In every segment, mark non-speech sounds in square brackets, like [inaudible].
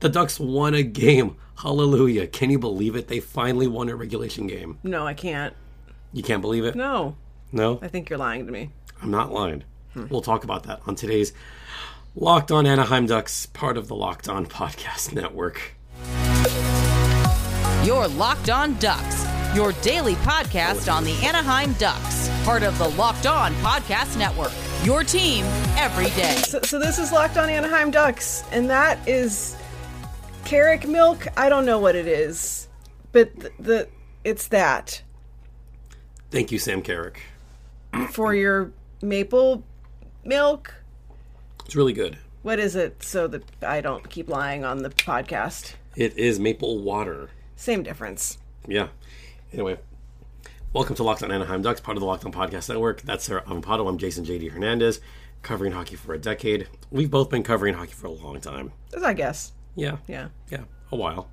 The Ducks won a game. Hallelujah. Can you believe it? They finally won a regulation game. No, I can't. You can't believe it? No, No? I Hmm. think you're lying to me. I'm not lying. We'll talk about that on today's Locked On Anaheim Ducks, part of the Locked On [laughs] Podcast Network. Your Locked On Ducks, your daily podcast on the Anaheim Ducks, part of the Locked On Podcast Network. Your team every day. So, so this is Locked On Anaheim Ducks, and that is Carrick milk. I don't know what it is, but the, the it's that Thank you, Sam Carrick. for your maple milk. It's really good. What is it? So that I don't keep lying on the podcast. It is maple water. Same difference. Yeah. Anyway, welcome to Locked On Anaheim Ducks, part of the Locked On Podcast Network. That's Sarah Avampado. I'm Jason JD Hernandez, covering hockey for a decade. We've both been covering hockey for a long time. As I guess. Yeah. Yeah. Yeah. A while.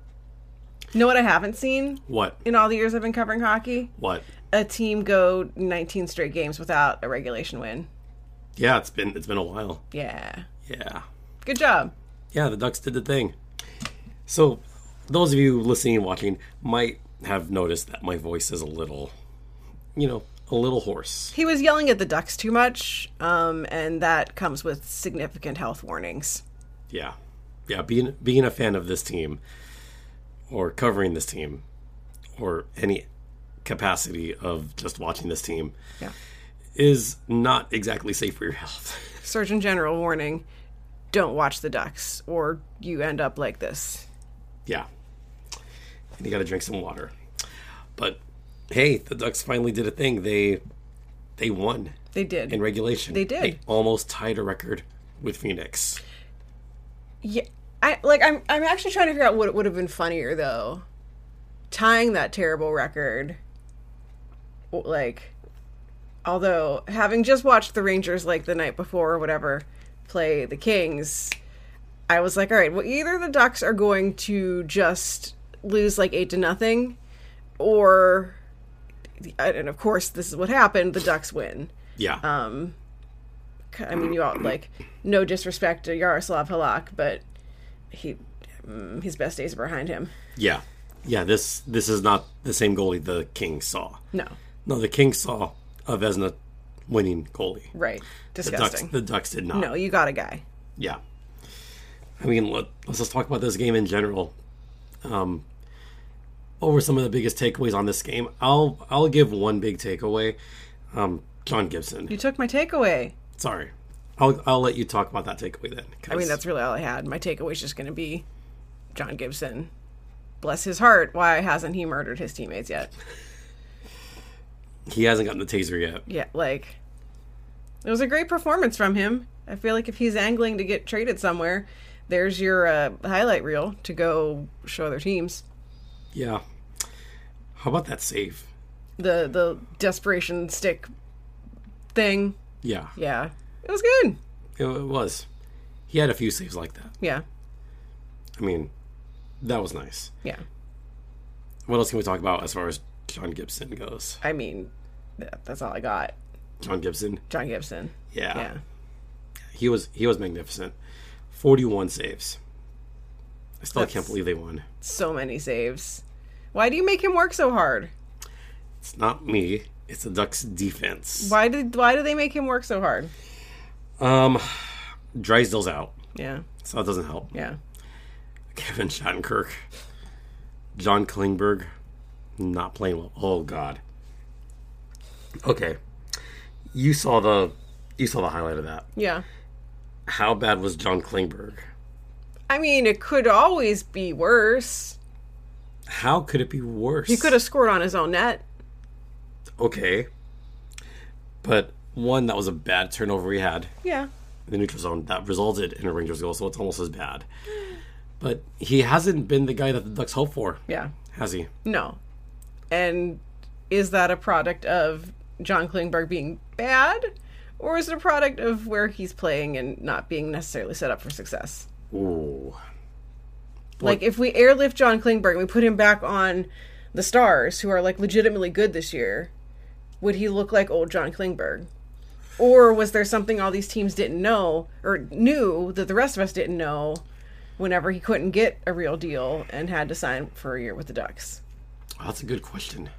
You know what I haven't seen What? in all the years I've been covering hockey? What? A team go 19 straight games without a regulation win. Yeah, it's been it's been a while. Yeah. Yeah. Good job. Yeah, the Ducks did the thing. So, those of you listening and watching might have noticed that my voice is a little, you know, a little hoarse. He was yelling at the Ducks too much, um, and that comes with significant health warnings. Yeah, yeah. Being being a fan of this team, or covering this team, or any capacity of just watching this team, Yeah. is not exactly safe for your health. Surgeon General warning don't watch the Ducks, or you end up like this. yeah, and you got to drink some water. But hey, the Ducks finally did a thing. They they won. They did. in regulation. They did. They almost tied a record with Phoenix. Yeah, I like. I'm. I'm actually trying to figure out what would have been funnier though, tying that terrible record. W- Like, although having just watched the Rangers like the night before or whatever play the Kings, I was like, all right, well, either the Ducks are going to just lose like eight to nothing, or and of course this is what happened. The Ducks win. Yeah. Um, I mean, you all like no disrespect to Yaroslav Halak, but he mm, his best days are behind him. yeah. Yeah, this this is not the same goalie the Kings saw. No, No, the Kings saw a Vesna winning goalie. right? The Ducks Disgusting. the Ducks did not. no, you got a guy. Yeah. I mean, let, let's just talk about this game in general. Um, what were some of the biggest takeaways on this game? I'll I'll give one big takeaway. Um, John Gibson. You took my takeaway. Sorry. I'll I'll let you talk about that takeaway then. I mean, that's really all I had. My takeaway is just going to be John Gibson. Bless his heart. Why hasn't he murdered his teammates yet? he hasn't gotten the taser yet. Yeah, [laughs] like it was a great performance from him. I feel like if he's angling to get traded somewhere, there's your uh, highlight reel to go show other teams. Yeah. How about that save? the the desperation stick thing. Yeah, Yeah, it was good. it, it was. He had a few saves like that. Yeah, I mean, that was nice. yeah. What else can we talk about as far as John Gibson goes? I mean, that, that's all I got. John Gibson. John Gibson. Yeah. Yeah, He was he was magnificent. 41 saves. I still can't That's- believe they won. so many saves. Why do you make him work so hard? It's not me. It's the Ducks defense. Why did why do they make him work so hard? Um Drysdale's out. Yeah, So that doesn't help. yeah. Kevin Shattenkirk. John Klingberg not playing well. Oh god. Okay. You saw the you saw the highlight of that. Yeah. How bad was John Klingberg? I mean, it could always be worse. How could it be worse? He could have scored on his own net. Okay. But one, that was a bad turnover he had Yeah. in the neutral zone. That resulted in a Rangers goal, so it's almost as bad. But he hasn't been the guy that the Ducks hope for, Yeah. has he? No. And is that a product of John Klingberg being bad? Or is it a product of where he's playing and not being necessarily set up for success? Ooh. Like, if we airlift John Klingberg and we put him back on the Stars, who are like legitimately good this year, would he look like old John Klingberg? Or was there something all these teams didn't know or knew that the rest of us didn't know whenever he couldn't get a real deal and had to sign for a year with the Ducks? Oh, that's a good question.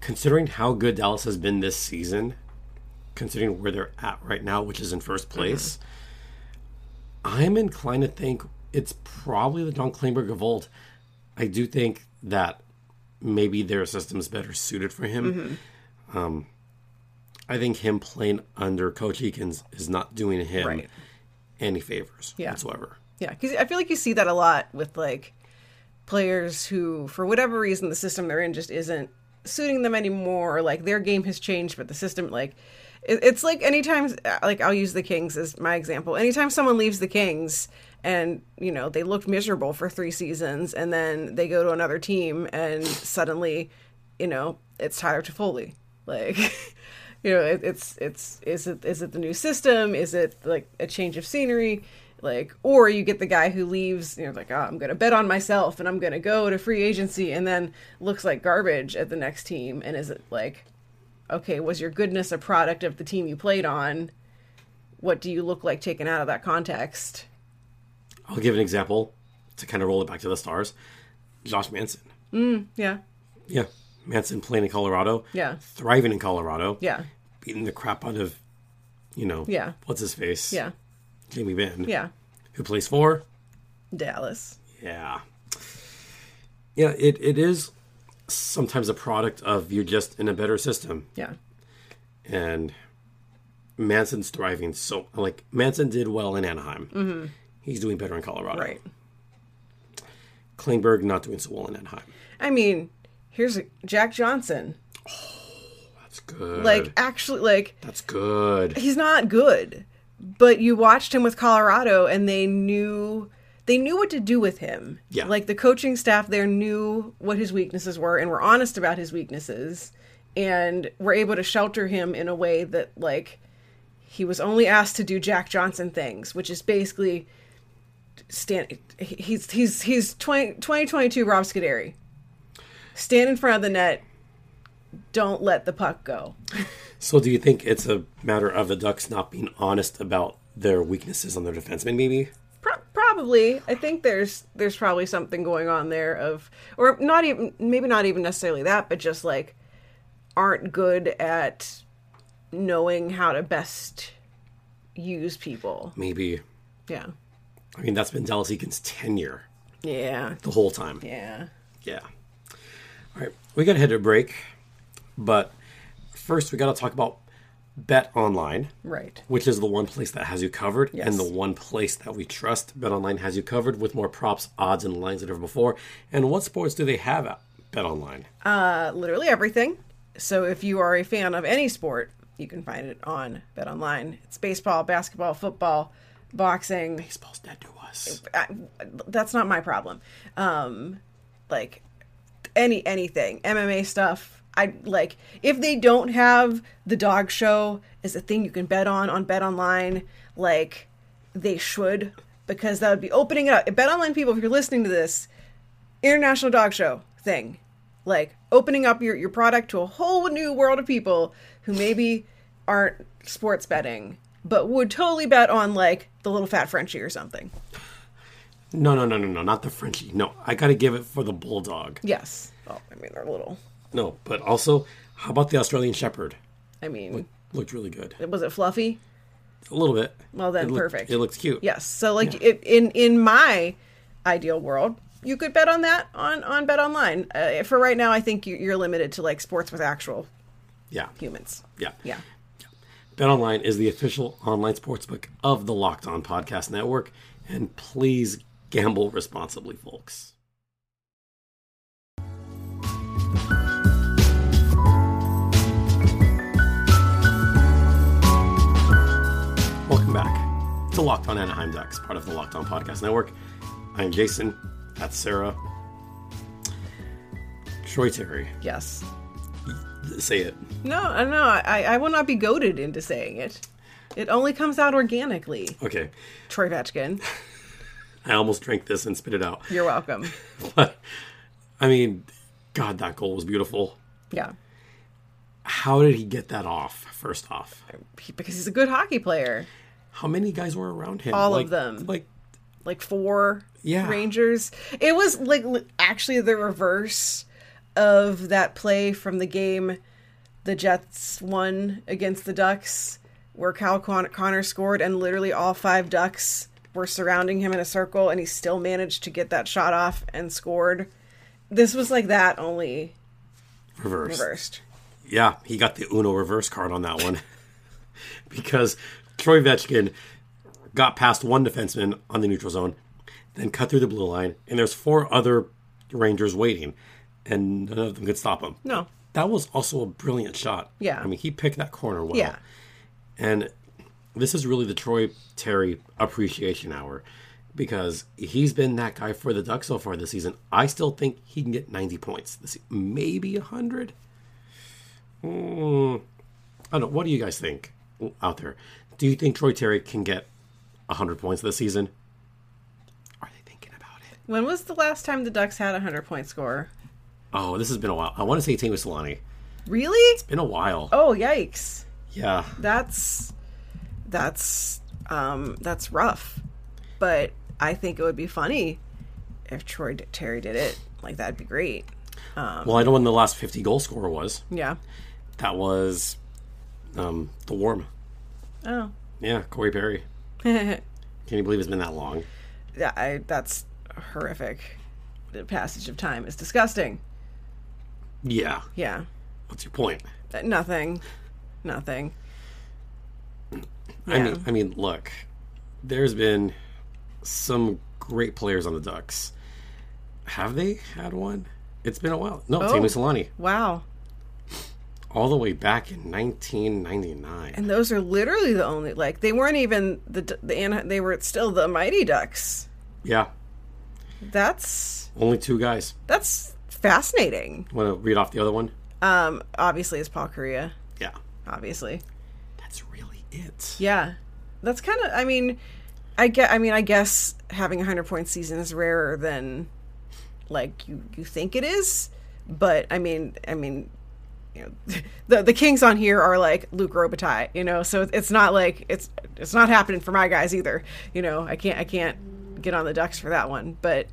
Considering how good Dallas has been this season, considering where they're at right now, which is in first Mm-hmm. place, I'm inclined to think it's probably the Don Klingberg of old. I do think that maybe their system's better suited for him. Um, Mm-hmm. I think him playing under Coach Eakins is not doing him Right. any favors Yeah. whatsoever. Yeah, because I feel like you see that a lot with like players who, for whatever reason, the system they're in just isn't suiting them anymore. Or, like their game has changed, but the system, like, it, it's like anytime, uh, like I'll use the Kings as my example. Anytime someone leaves the Kings and you know they looked miserable for three seasons, and then they go to another team, and suddenly, you know, it's Tyler Toffoli, like. [laughs] you know it, it's it's is it is it the new system is it like a change of scenery like or you get the guy who leaves you know like oh, i'm gonna bet on myself and i'm gonna go to free agency and then looks like garbage at the next team and is it like okay was your goodness a product of the team you played on what do you look like taken out of that context I'll give an example to kind of roll it back to the stars. Josh Manson. yeah Yeah. Manson playing in Colorado. Yeah. Thriving in Colorado. yeah Beating the crap out of, you know, Yeah. what's his face? yeah Jamie Benn. yeah Who plays for? dallas Yeah. Yeah, it, it is sometimes a product of you're just in a better system. yeah And Manson's thriving. So, like, Manson did well in Anaheim. Mm-hmm. He's doing better in Colorado. right Klingberg not doing so well in Anaheim. i mean here's jack johnson That's good. like actually like That's good. he's not good but you watched him with colorado and they knew they knew what to do with him Yeah. like the coaching staff there knew what his weaknesses were and were honest about his weaknesses and were able to shelter him in a way that like he was only asked to do jack johnson things which is basically stand he's he's he's 20, 2022 rob scuderi stand in front of the net don't let the puck go So, do you think it's a matter of the Ducks not being honest about their weaknesses on their defensemen? Maybe Pro- probably i think there's there's probably something going on there of or not even maybe not even necessarily that but just like aren't good at knowing how to best use people maybe. yeah I mean, that's been Dallas Eakins' tenure yeah the whole time. yeah Yeah. All right, we got to hit a break, but first we got to talk about Bet Online, right which is the one place that has you covered Yes. and the one place that we trust. Bet Online has you covered with more props, odds, and lines than ever before. And what sports do they have at Bet Online? uh, literally everything so if you are a fan of any sport you can find it on bet online it's baseball basketball football boxing Baseball's dead to us. I, that's not my problem. Um, like any anything MMA stuff. I like if they don't have the dog show as a thing you can bet on on Bet Online. Like they should because that would be opening it up. Bet Online people, if you're listening to this, international dog show thing, like opening up your your product to a whole new world of people who maybe aren't sports betting but would totally bet on like the little fat Frenchie or something. No, no, no, no, no, not the Frenchie. No, I got to give it for the Bulldog. Yes. Well, Oh, I mean, they're little. No, but also, how about the Australian Shepherd? I mean, Looked really good. was it fluffy? A little bit. Well, then it looked, perfect. It looks cute. Yes. So, like, if, in in my ideal world, you could bet on that on on Bet Online. Uh, for right now, I think you, you're limited to like sports with actual Yeah. humans. Yeah. Yeah. Bet Online is the official online sportsbook of the Locked On Podcast Network, and please gamble responsibly, folks. Welcome back to Locked On Anaheim Ducks, part of the Locked On Podcast Network. I'm Jason. That's Sarah. Troy Terry. Yes. Say it. No, I don't know. I I will not be goaded into saying it. It only comes out organically. Okay. Troy Vetchkin, I almost drank this and spit it out. you're welcome. [laughs] But I mean, God, that goal was beautiful. Yeah. How did he get that off? First off, He- Because he's a good hockey player. how many guys were around him? All of Like- them. Like like four Yeah. Rangers. It was like li- actually the reverse of that play from the game the Jets won against the Ducks, where Cal Con- Connor scored, and literally all five Ducks were surrounding him in a circle, and he still managed to get that shot off and scored. This was like that only Reverse. reversed. Yeah, he got the Uno reverse card on that one [laughs] because Troy Vetchkin got past one defenseman on the neutral zone, then cut through the blue line, and there's four other Rangers waiting, and none of them could stop him. No. That was also a brilliant shot. Yeah. I mean, he picked that corner well. Yeah. And this is really the Troy Terry appreciation hour because he's been that guy for the Ducks so far this season. I still think he can get 90 points, this, maybe 100. Mm, I don't know. What do you guys think out there? Do you think Troy Terry can get 100 points this season? Are they thinking about it? When was the last time the Ducks had a 100 point score? Oh, this has been a while. I want to say Tame Solani. Really? Been a while. Oh, yikes. Yeah. That's that's um that's rough. But I think it would be funny if Troy D- Terry did it. Like that'd be great. Well, I know when the last 50 goal scorer was. Yeah. That was um, The Warm. [laughs] Oh. Yeah, Corey Perry. yeah, Can you believe it's been that long? I, that's horrific. The passage of time is disgusting. Yeah. Yeah. What's your point? Uh, Nothing. Nothing. I mean, I mean, look, there's been some great players on the Ducks. Have they had one? It's been a while. No, oh. Tami Solani, Wow. all the way back in 1999. And those are literally the only like they weren't even the D- the Anahe- they were still the Mighty Ducks. yeah, That's only two guys. that's fascinating. Want to read off the other one? Um, obviously, it's Paul Korea. Yeah, Obviously, that's really it. yeah. That's kind of. I mean, I get. I mean, I guess having a hundred point season is rarer than like you you think it is. But I mean, I mean, you know, [laughs] the the kings on here are like Luke Robitaille. You know, so it's not like it's it's not happening for my guys either. You know, I can't I can't get on the ducks for that one. But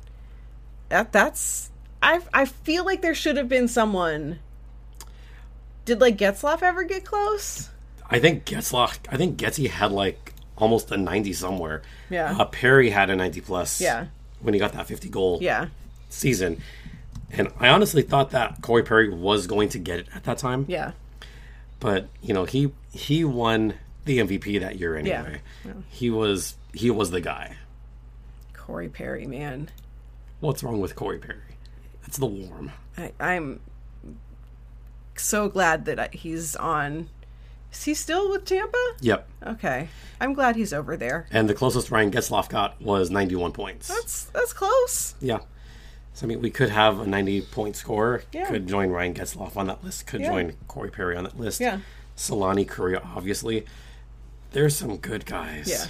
that that's I I feel like there should have been someone. Did like Getzloff ever get close? I think Getzloff. I think Getzy had like almost a 90 somewhere. Yeah. Uh, Perry had a 90 plus. Yeah. When he got that 50 goal. Yeah, season. And I honestly thought that Corey Perry was going to get it at that time. yeah, But, you know, he he won the MVP that year anyway. He was he was the guy. Corey Perry, man, What's wrong with Corey Perry? That's the warm. I, I'm so glad that I- he's on. Is he still with Tampa? Yep. Okay, I'm glad he's over there. And the closest Ryan Getzloff got was 91 points. That's that's close. yeah. So, I mean, we could have a 90 point scorer. Yeah. Could join Ryan Getzloff on that list. Could Yeah. join Corey Perry on that list. Yeah. Solani Korea, obviously. There's some good guys. Yeah,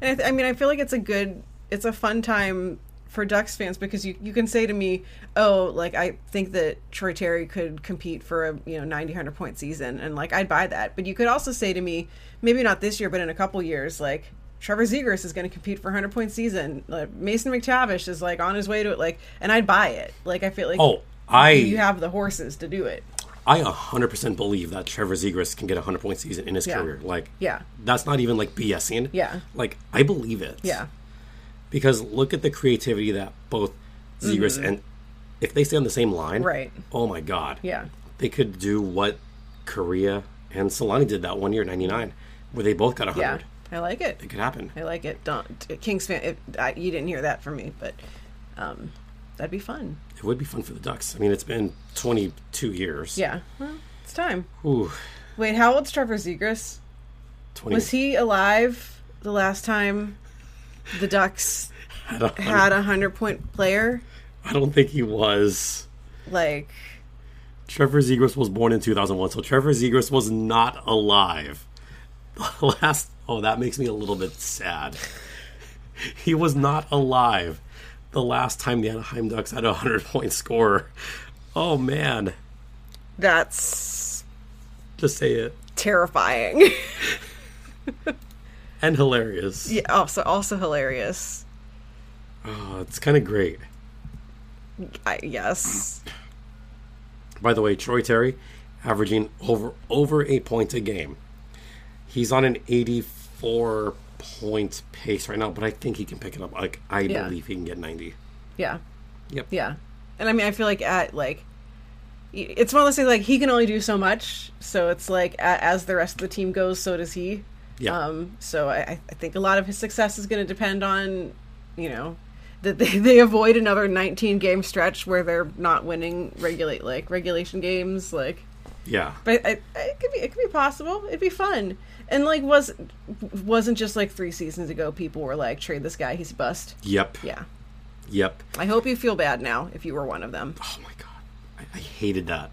and I, th- I mean, I feel like it's a good, it's a fun time for Ducks fans because you you can say to me, oh, like I think that Troy Terry could compete for a you know 90, 100 point season, and like I'd buy that. But you could also say to me, maybe not this year, but in a couple years, like. Trevor Zegers is going to compete for a 100 point season. Like, Mason McTavish is like on his way to it. Like, and I'd buy it. Like, I feel like Oh, I. you have the horses to do it. I 100% believe that Trevor Zegras can get a 100 point season in his Yeah. career. Like, Yeah. that's not even like BSing. Yeah. Like, I believe it. Yeah. Because look at the creativity that both Zegras and if they stay on the same line, Mm-hmm. Right. Oh my God. Yeah. They could do what Korea and Solani did that one year, 99, where they both got 100. Yeah. I like it. It could happen. I like it. Don't Kings fan. If, I, you didn't hear that from me, but um, that'd be fun. It would be fun for the Ducks. I mean, it's been 22 years. Yeah, well, it's time. Ooh, Wait, how old's Trevor Zegras? 20. Was he alive the last time the Ducks had a hundred. had a hundred point player? I don't think he was. Like, Trevor Zegras was born in 2001, so Trevor Zegras was not alive. [laughs] Last, oh, that makes me a little bit sad. [laughs] he was not alive the last time the Anaheim Ducks had a 100 point scorer. Oh, man. that's Just say it. terrifying. [laughs] And hilarious. Yeah, also also hilarious. Oh, it's kind of great. I, yes. By the way, Troy Terry, averaging over over eight points a game. He's on an eighty-four point pace right now, but I think he can pick it up. Like I Yeah. believe he can get ninety. Yeah. Yep. Yeah. And I mean, I feel like at like, y- it's one of those things like he can only do so much. So it's like a, as the rest of the team goes, so does he. Yeah. Um, so I, I I think a lot of his success is going to depend on, you know, that they, they avoid another 19 game stretch where they're not winning regulate like regulation games like. Yeah. But I, I, it could be it could be possible. It'd be fun. And like was wasn't just like three seasons ago. People were like trade this guy. He's a bust. Yep. Yeah. Yep. I hope you feel bad now if you were one of them. Oh my god, I, I hated that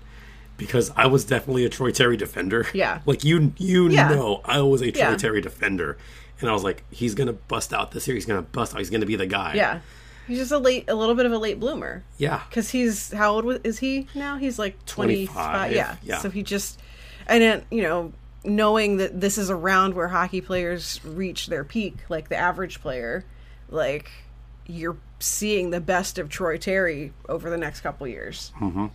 because I was definitely a Troy Terry defender. Yeah. [laughs] like you, you Yeah. know, I was a Troy Yeah. Terry defender, and I was like, he's gonna bust out this year. He's gonna bust out. He's gonna be the guy. Yeah. He's just a late a little bit of a late bloomer. yeah, Cuz he's how old wa- is he now? He's like 25. 25, Yeah. yeah. So he just and then, you know, knowing that this is around where hockey players reach their peak like the average player, like you're seeing the best of Troy Terry over the next couple years. Hmm.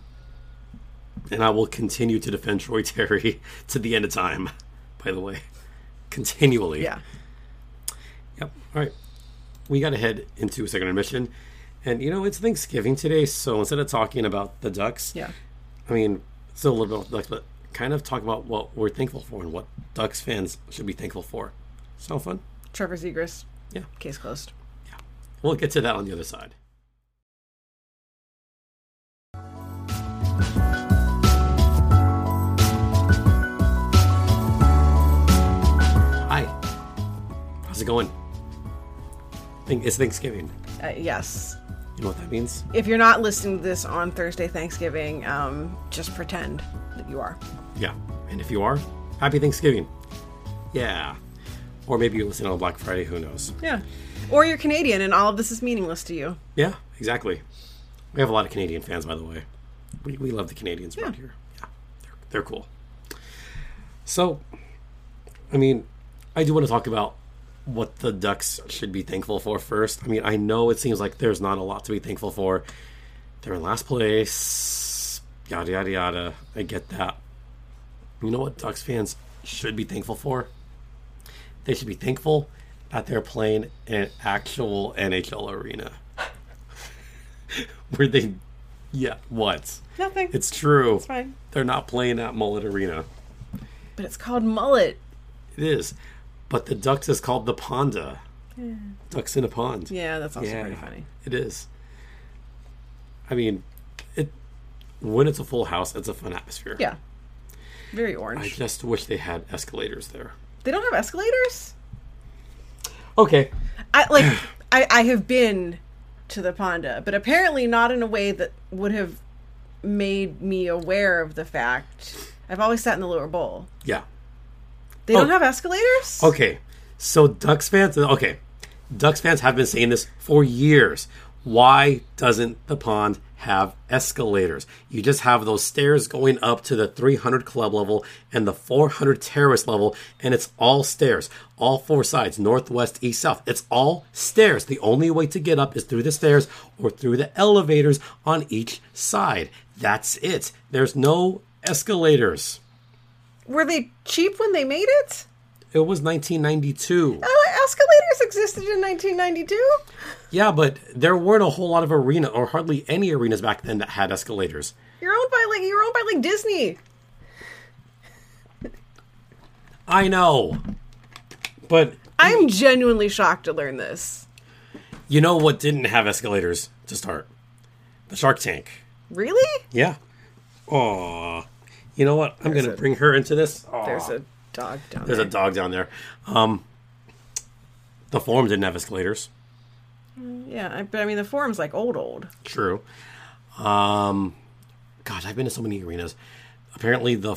and I will continue to defend Troy Terry [laughs] to the end of time. By the way, continually. Yeah. Yep. All right. We got to head into a second intermission. And, you know, it's Thanksgiving today. So instead of talking about the Ducks, Yeah. I mean, still a little bit about the Ducks, but kind of talk about what we're thankful for and what Ducks fans should be thankful for. Sound fun? Trevor Zegras, Yeah. case closed. We'll get to that on the other side. Hi. How's it going? Think it's Thanksgiving. Uh, yes. You know what that means? If you're not listening to this on Thursday Thanksgiving, um, just pretend that you are. Yeah. And if you are, happy Thanksgiving. Yeah. Or maybe you're listening on Black Friday, who knows? Yeah. Or you're Canadian and all of this is meaningless to you. Yeah, exactly. We have a lot of Canadian fans, by the way. We, we love the Canadians around Yeah. here. Yeah, they're, they're cool. So, I mean, I do want to talk about what the Ducks should be thankful for first. I mean, I know it seems like there's not a lot to be thankful for. They're in last place, yada, yada, yada. I get that. You know what Ducks fans should be thankful for? They should be thankful that they're playing in an actual NHL arena where they yeah what Nothing. it's true it's fine. they're not playing at mullet arena but it's called mullet. it is but the ducks is called the ponda ducks in a pond Yeah, that's also Yeah, pretty funny. it is i mean it when it's a full house it's a fun atmosphere Yeah. Very i orange. just wish they had escalators there They don't have escalators? okay I like [laughs] I, I have been to the Ponda, but apparently not in a way that would have made me aware of the fact. I've always sat in the lower bowl. yeah They don't Oh. have escalators? Okay, so Ducks fans, okay, Ducks fans have been saying this for years. Why doesn't the pond have escalators? You just have those stairs going up to the 300 club level and the 400 terrace level, and it's all stairs, all four sides, northwest, east, south. It's all stairs. The only way to get up is through the stairs or through the elevators on each side. That's it. There's no escalators. Were they cheap when they made it? It was 1992. Oh, escalators existed in 1992? Yeah, but there weren't a whole lot of arena or hardly any arenas back then that had escalators. You're owned by like you're owned by like Disney. I know. But I'm genuinely shocked to learn this. you know what didn't have escalators to start? The Shark Tank. Really? Yeah. Aw. You know what? I'm going to a- bring her into this. Aw. There's a dog down There's a there. dog down there. Um, the Forum didn't have escalators. yeah, I, but I mean the forum's like old old. True. Um, God, I've been to so many arenas. Apparently, the,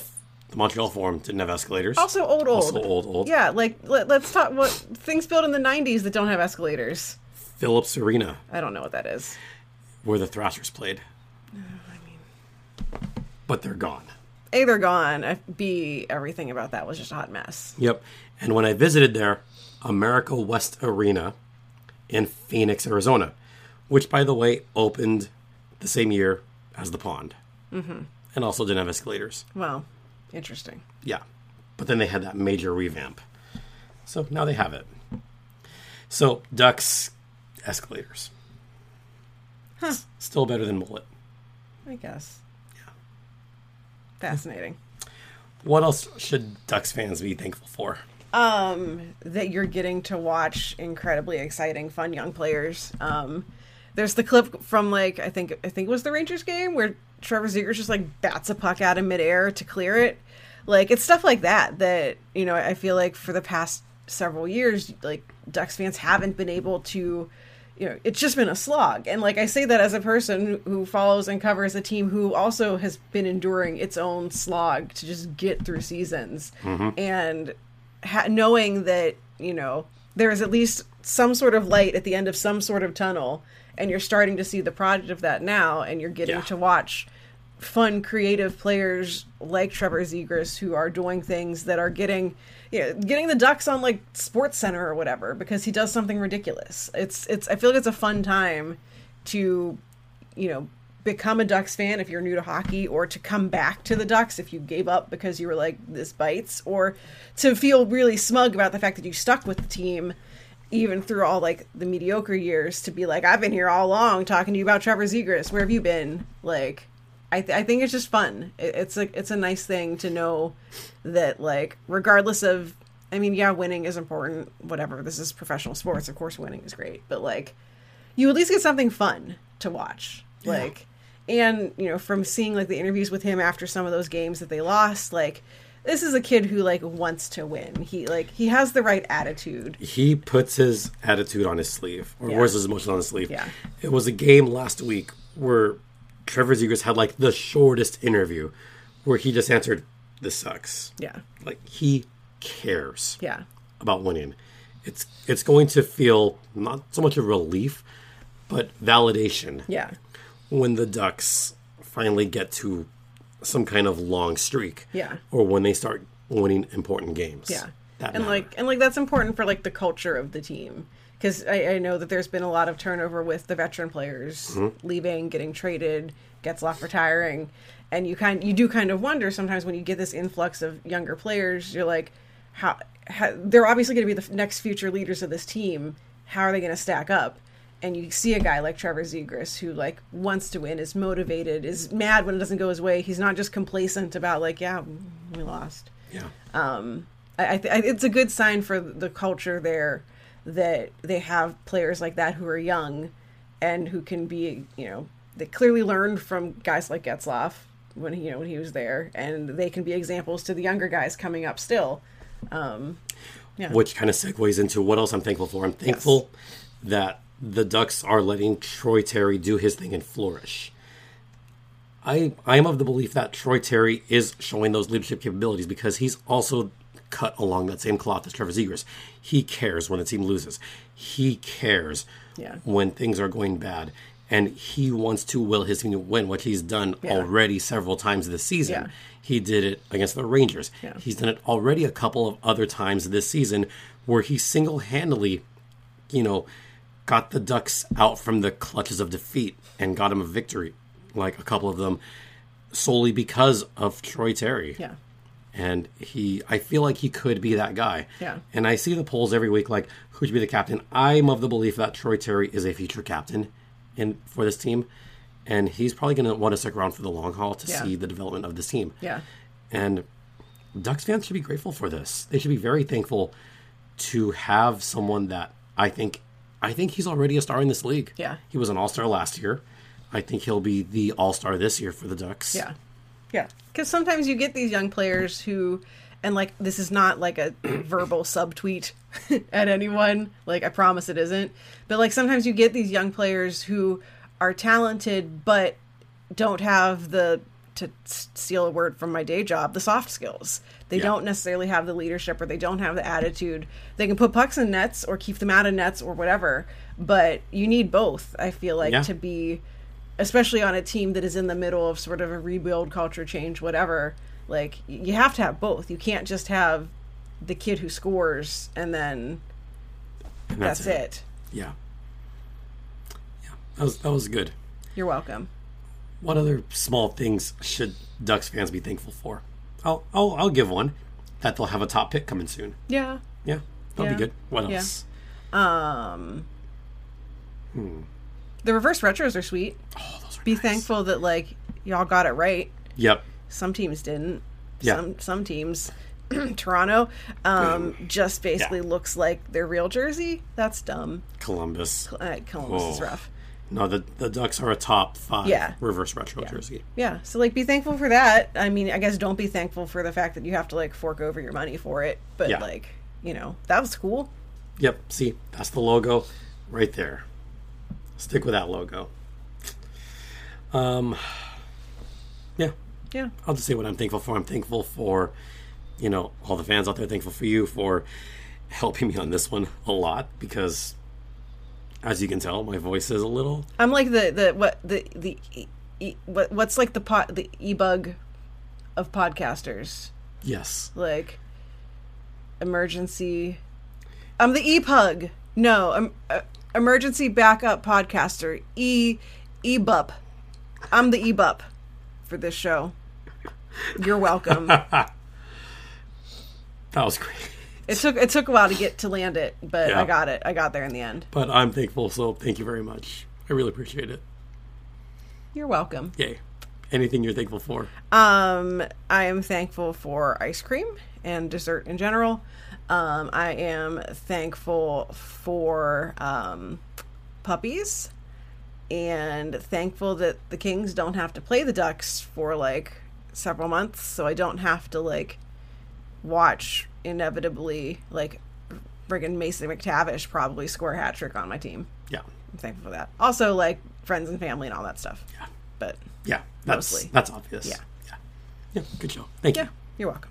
the Montreal Forum didn't have escalators. Also old old. Also old, old. Yeah, like let, let's talk what things built in the 90s that don't have escalators. Phillips Arena. I don't know what that is. where the Thrashers played. But they're gone. A, they're gone. F- B, everything about that was just a hot mess. Yep. And when I visited there, America West Arena in Phoenix, Arizona, which, by the way, opened the same year as the pond, mm-hmm. and also didn't have escalators. Well, interesting. Yeah. But then they had that major revamp. So now they have it. So ducks, escalators. Huh. Still better than mullet. I guess. Yeah. Fascinating. What else should ducks fans be thankful for? um, that you're getting to watch incredibly exciting, fun young players. Um, there's the clip from like I think I think it was the Rangers game where Trevor Zegers just like bats a puck out in midair to clear it. Like it's stuff like that that you know I feel like for the past several years like Ducks fans haven't been able to. You know, it's just been a slog, and like I say that as a person who follows and covers a team who also has been enduring its own slog to just get through seasons, and ha- knowing that you know there is at least some sort of light at the end of some sort of tunnel and you're starting to see the product of that now and you're getting Yeah. to watch fun creative players like Trevor Zegers who are doing things that are getting you know, getting the ducks on like sports center or whatever because he does something ridiculous it's it's I feel like it's a fun time to you know become a ducks fan if you're new to hockey or to come back to the ducks if you gave up because you were like this bites or to feel really smug about the fact that you stuck with the team even through all like the mediocre years to be like i've been here all along talking to you about trevor zegers where have you been like i, th- I think it's just fun it, it's like it's a nice thing to know that like regardless of i mean yeah winning is important whatever this is professional sports of course winning is great but like you at least get something fun to watch like and you know from seeing like the interviews with him after some of those games that they lost like this is a kid who like wants to win he like he has the right attitude He puts his attitude on his sleeve, or Yeah. wears his emotions on his sleeve. Yeah. It was a game last week where Trevor Zegers had like the shortest interview where he just answered, This sucks. yeah Like he cares. yeah about winning. It's it's going to feel not so much a relief, but validation yeah when the Ducks finally get to some kind of long streak. Yeah. Or when they start winning important games. yeah That and matter. like and like that's important for like the culture of the team because I, I know that there's been a lot of turnover with the veteran players Mm-hmm. leaving getting traded getzloff retiring and you kind you do kind of wonder sometimes when you get this influx of younger players you're like how, how they're obviously going to be the f- next future leaders of this team how are they going to stack up and you see a guy like Trevor Zegras who like wants to win, is motivated, is mad when it doesn't go his way. He's not just complacent about like, yeah, we lost. Yeah. I, I th- I- it's a good sign for the culture there that they have players like that who are young and who can be, you know, they clearly learned from guys like Getzloff when he, you know, when he was there, and they can be examples to the younger guys coming up still. Which kind of segues into what else I'm thankful for. I'm thankful that the Ducks are letting Troy Terry do his thing and flourish. I I am of the belief that Troy Terry is showing those leadership capabilities because he's also cut along that same cloth as Trevor Zegers. He cares when the team loses. He cares Yeah. when things are going bad. And he wants to will his team to win, which he's done already several times this season. Yeah. He did it against the Rangers. Yeah. He's done it already a couple of other times this season where he single handedly you know, got the Ducks out from the clutches of defeat and got him a victory, like a couple of them, solely because of Troy Terry. Yeah. And he, I feel like he could be that guy. Yeah. And I see the polls every week, like, who should be the captain? I'm of the belief that Troy Terry is a future captain in for this team. And he's probably going to want to stick around for the long haul to Yeah. see the development of this team. Yeah. And Ducks fans should be grateful for this. They should be very thankful to have someone that I think I think he's already a star in this league. Yeah. He was an all-star last year. I think he'll be the all-star this year for the Ducks. Yeah. Yeah. Because sometimes you get these young players who, and like, this is not like a [clears throat] verbal subtweet [laughs] at anyone. Like, I promise it isn't. But like, sometimes you get these young players who are talented, but don't have the, to s- steal a word from my day job, the soft skills. They Yeah. don't necessarily have the leadership or they don't have the attitude. They can put pucks in nets or keep them out of nets or whatever, but you need both, I feel like, Yeah. to be especially on a team that is in the middle of sort of a rebuild, culture change, whatever. Like y- you have to have both. You can't just have the kid who scores and then And that's, it. Yeah. Yeah. That was that was good. You're welcome. What other small things should Ducks fans be thankful for? I'll I'll, I'll give one that they'll have a top pick coming soon. Yeah. Yeah, that'll Yeah. be good. What Yeah. else? Um. The reverse retros are sweet. Oh, those are Be nice. thankful that like y'all got it right. Yep. Some teams didn't. Yeah. Some some teams, [clears throat] Toronto, um, just basically Yeah. looks like their real jersey. That's dumb. Columbus. Uh, Columbus is Oh. rough. No, the the Ducks are a top five Yeah. reverse retro jersey. Yeah. So like, be thankful for that. I mean, I guess don't be thankful for the fact that you have to like fork over your money for it. But Yeah. like, you know, that was cool. Yep. See, that's the logo right there. Stick with that logo. Um. Yeah, Yeah. I'll just say what I'm thankful for. I'm thankful for, you know, all the fans out there. Thankful for you for helping me on this one a lot because, as you can tell, my voice is a little I'm like the the what the the e, e, what what's like the pot the e bug of podcasters yes. like emergency. I'm the e pug. No, um, uh, emergency backup podcaster. E e bup. I'm the e bup for this show. You're welcome. That was great. [laughs] it took it took a while to get to land it, but Yeah. I got it. I got there in the end. But I'm thankful, so thank you very much. I really appreciate it. You're welcome. Yay. Anything you're thankful for? Um, I am thankful for ice cream and dessert in general. Um, I am thankful for um, puppies and thankful that the Kings don't have to play the Ducks for like several months, so I don't have to like watch inevitably like friggin' Mason McTavish probably score a hat trick on my team. Yeah. I'm thankful for that. Also, like friends and family and all that stuff. Yeah. But Yeah. That's Mostly. that's obvious. Yeah. Yeah. Yeah. Good show. Thank yeah, you. you're welcome.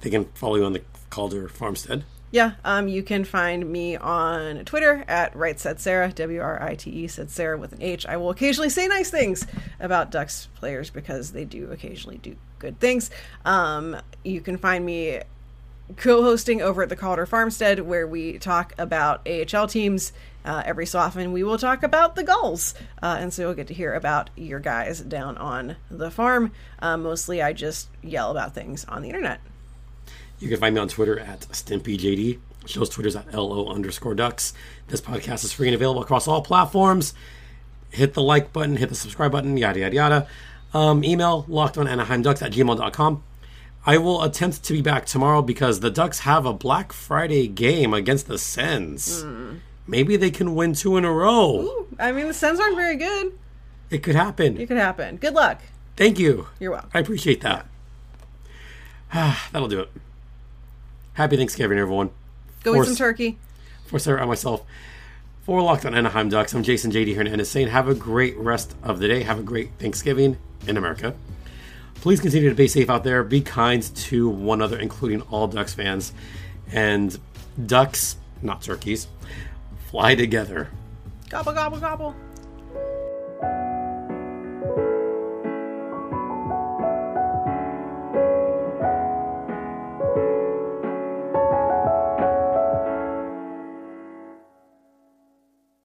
They can follow you on the Calder Farmstead. Yeah, um, you can find me on Twitter at right said Sarah W R I T E said Sarah with an H. I will occasionally say nice things about Ducks players because they do occasionally do good things. Um, you can find me co-hosting over at the Calder Farmstead where we talk about AHL teams. Uh, every so often, we will talk about the goals, uh, and so you'll get to hear about your guys down on the farm. Uh, mostly, I just yell about things on the internet. You can find me on Twitter at StimpyJD. Show's Twitter's at LO underscore ducks. This podcast is free and available across all platforms. Hit the like button, hit the subscribe button, yada, yada, yada. Um, email locked on Ducks at gmail.com. I will attempt to be back tomorrow because the Ducks have a Black Friday game against the Sens. Maybe they can win two in a row. I mean, the Sens aren't very good. It could happen. It could happen. Good luck. Thank you. You're welcome. I appreciate that. [sighs] That'll do it. Happy Thanksgiving, everyone. Go eat course. some turkey. For Sarah and myself, for Locked on Anaheim Ducks, I'm Jason JD Hernandez saying have a great rest of the day. Have a great Thanksgiving in America. Please continue to be safe out there. Be kind to one another, including all Ducks fans. And ducks, not turkeys, fly together. Gobble, gobble, gobble.